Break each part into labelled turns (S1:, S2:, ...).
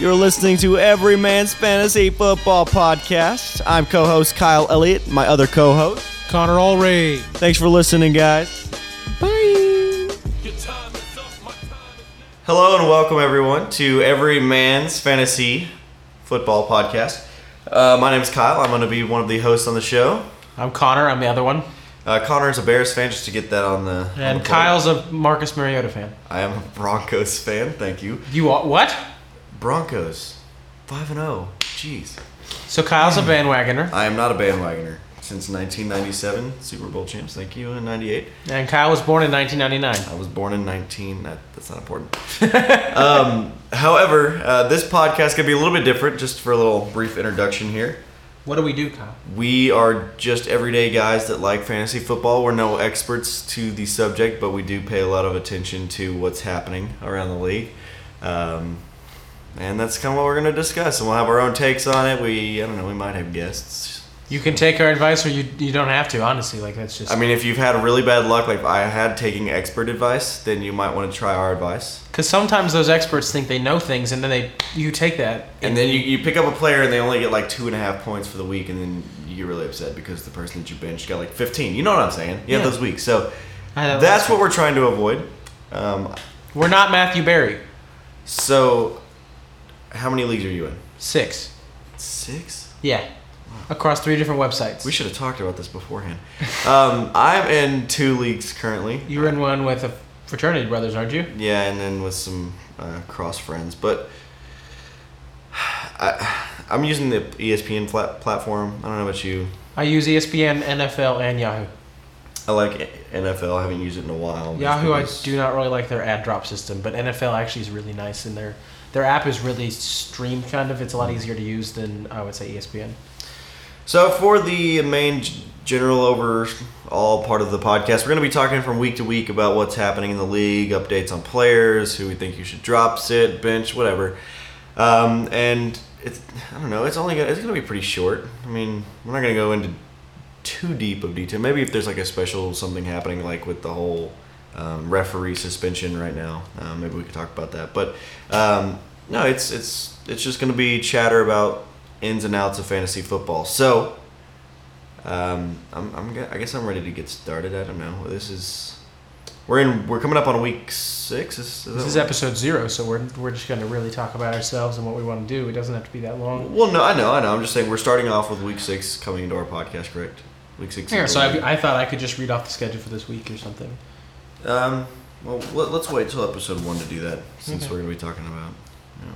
S1: You're listening to Every Man's Fantasy Football Podcast. I'm co host Kyle Elliott, my other co host.
S2: Connor Allray.
S1: Thanks for listening, guys. Bye. Hello and welcome, everyone, to Every Man's Fantasy Football Podcast. Uh, my name is Kyle. I'm going to be one of the hosts on the show.
S3: I'm Connor. I'm the other one.
S1: Uh, Connor is a Bears fan, just to get that on the. on the
S3: And
S1: plate.
S3: Kyle's a Marcus Mariota fan.
S1: I am a Broncos fan. Thank you.
S3: You are what?
S1: Broncos, five and zero. Jeez.
S3: So Kyle's a bandwagoner,
S1: I am not a bandwagoner. Since 1997, Super Bowl champs. Thank you. In '98,
S3: and Kyle was born in 1999.
S1: I was born in 19. That, that's not important. um, however, uh, this podcast could be a little bit different. Just for a little brief introduction here.
S3: What do we do, Kyle?
S1: We are just everyday guys that like fantasy football. We're no experts to the subject, but we do pay a lot of attention to what's happening around the league. Um, and that's kind of what we're going to discuss. And we'll have our own takes on it. We, I don't know, we might have guests.
S3: You can take our advice, or you you don't have to. Honestly, like that's just
S1: I mean, if you've had really bad luck, like I had taking expert advice, then you might want to try our advice.
S3: because sometimes those experts think they know things, and then they you take that.
S1: And then you, you pick up a player and they only get like two and a half points for the week, and then you get really upset because the person that you benched got like 15. You know what I'm saying? You have
S3: Yeah.
S1: those weeks. So
S3: I know,
S1: that's what we're trying to avoid. Um,
S3: we're not Matthew Berry.
S1: So, how many leagues are you in?
S3: Six.
S1: Six.
S3: Yeah. Across three different websites.
S1: We should have talked about this beforehand. Um, I'm in two leagues currently.
S3: you were in one with a fraternity brothers, aren't you?
S1: Yeah, and then with some uh, cross friends, but I, I'm using the E ESPN flat platform. I don't know about you.
S3: I use E ESPN, NFL, and Yahoo.
S1: I like NFL. I haven't used it in a while.
S3: Yahoo, I
S1: Because-
S3: do not really like their ad drop system, but NFL actually is really nice, and their their app is really streamed kind of. It's a lot easier to use than I would say E ESPN.
S1: So for the main g- general overall part of the podcast, we're going to be talking from week to week about what's happening in the league, updates on players, who we think you should drop, sit, bench, whatever. Um, and it's I don't know, it's only gonna, it's going to be pretty short. I mean, we're not going to go into too deep of detail. Maybe if there's like a special something happening, like with the whole um, referee suspension right now, uh, maybe we could talk about that. But um, no, it's it's it's just going to be chatter about ins and outs of fantasy football. So um, I'm, I'm g- I guess I'm ready to get started. I don't know. This is we're in we're coming up on week six. Is,
S3: This is
S1: that-
S3: episode zero, so we're we're just going to really talk about ourselves and what we want to do. It doesn't have to be that long.
S1: Well, no, I know, I know. I'm just saying we're starting off with week six coming into our podcast, correct? Week six.
S3: Here,
S1: is
S3: so
S1: the week.
S3: I, I thought I could just read off the schedule for this week or something.
S1: Um, well, let, let's wait till episode one to do that, since we're going to be talking about. You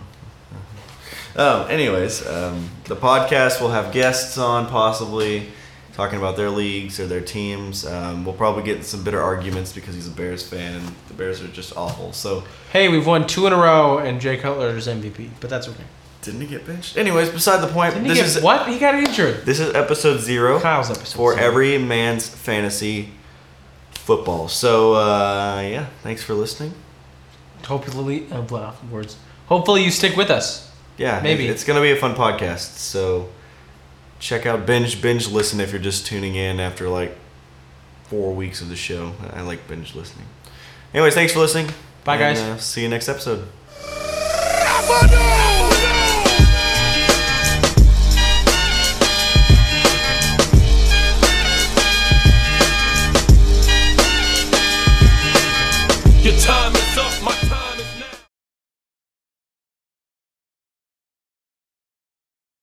S1: know. um, anyways, um, the podcast will have guests on, possibly talking about their leagues or their teams. Um, we'll probably get in some bitter arguments because he's a Bears fan, and the Bears are just awful. So,
S3: Hey, we've won two in a row, and Jay Cutler is MVP, but that's okay.
S1: didn't he get benched? Anyways, beside the point.
S3: Didn't he
S1: this
S3: get
S1: is
S3: what? He got injured.
S1: this is episode zero.
S3: Kyle's episode
S1: for
S3: zero.
S1: every man's fantasy football. So uh, yeah, thanks for listening.
S3: Hopefully, oh, blah, words. Hopefully, you stick with us.
S1: Yeah,
S3: Maybe.
S1: it- it's gonna be a fun podcast. So check out binge binge listen if you're just tuning in after like four weeks of the show. I like binge listening. Anyways, thanks for listening.
S3: Bye,
S1: and,
S3: guys.
S1: uh, see you next episode.
S4: Your time is up, my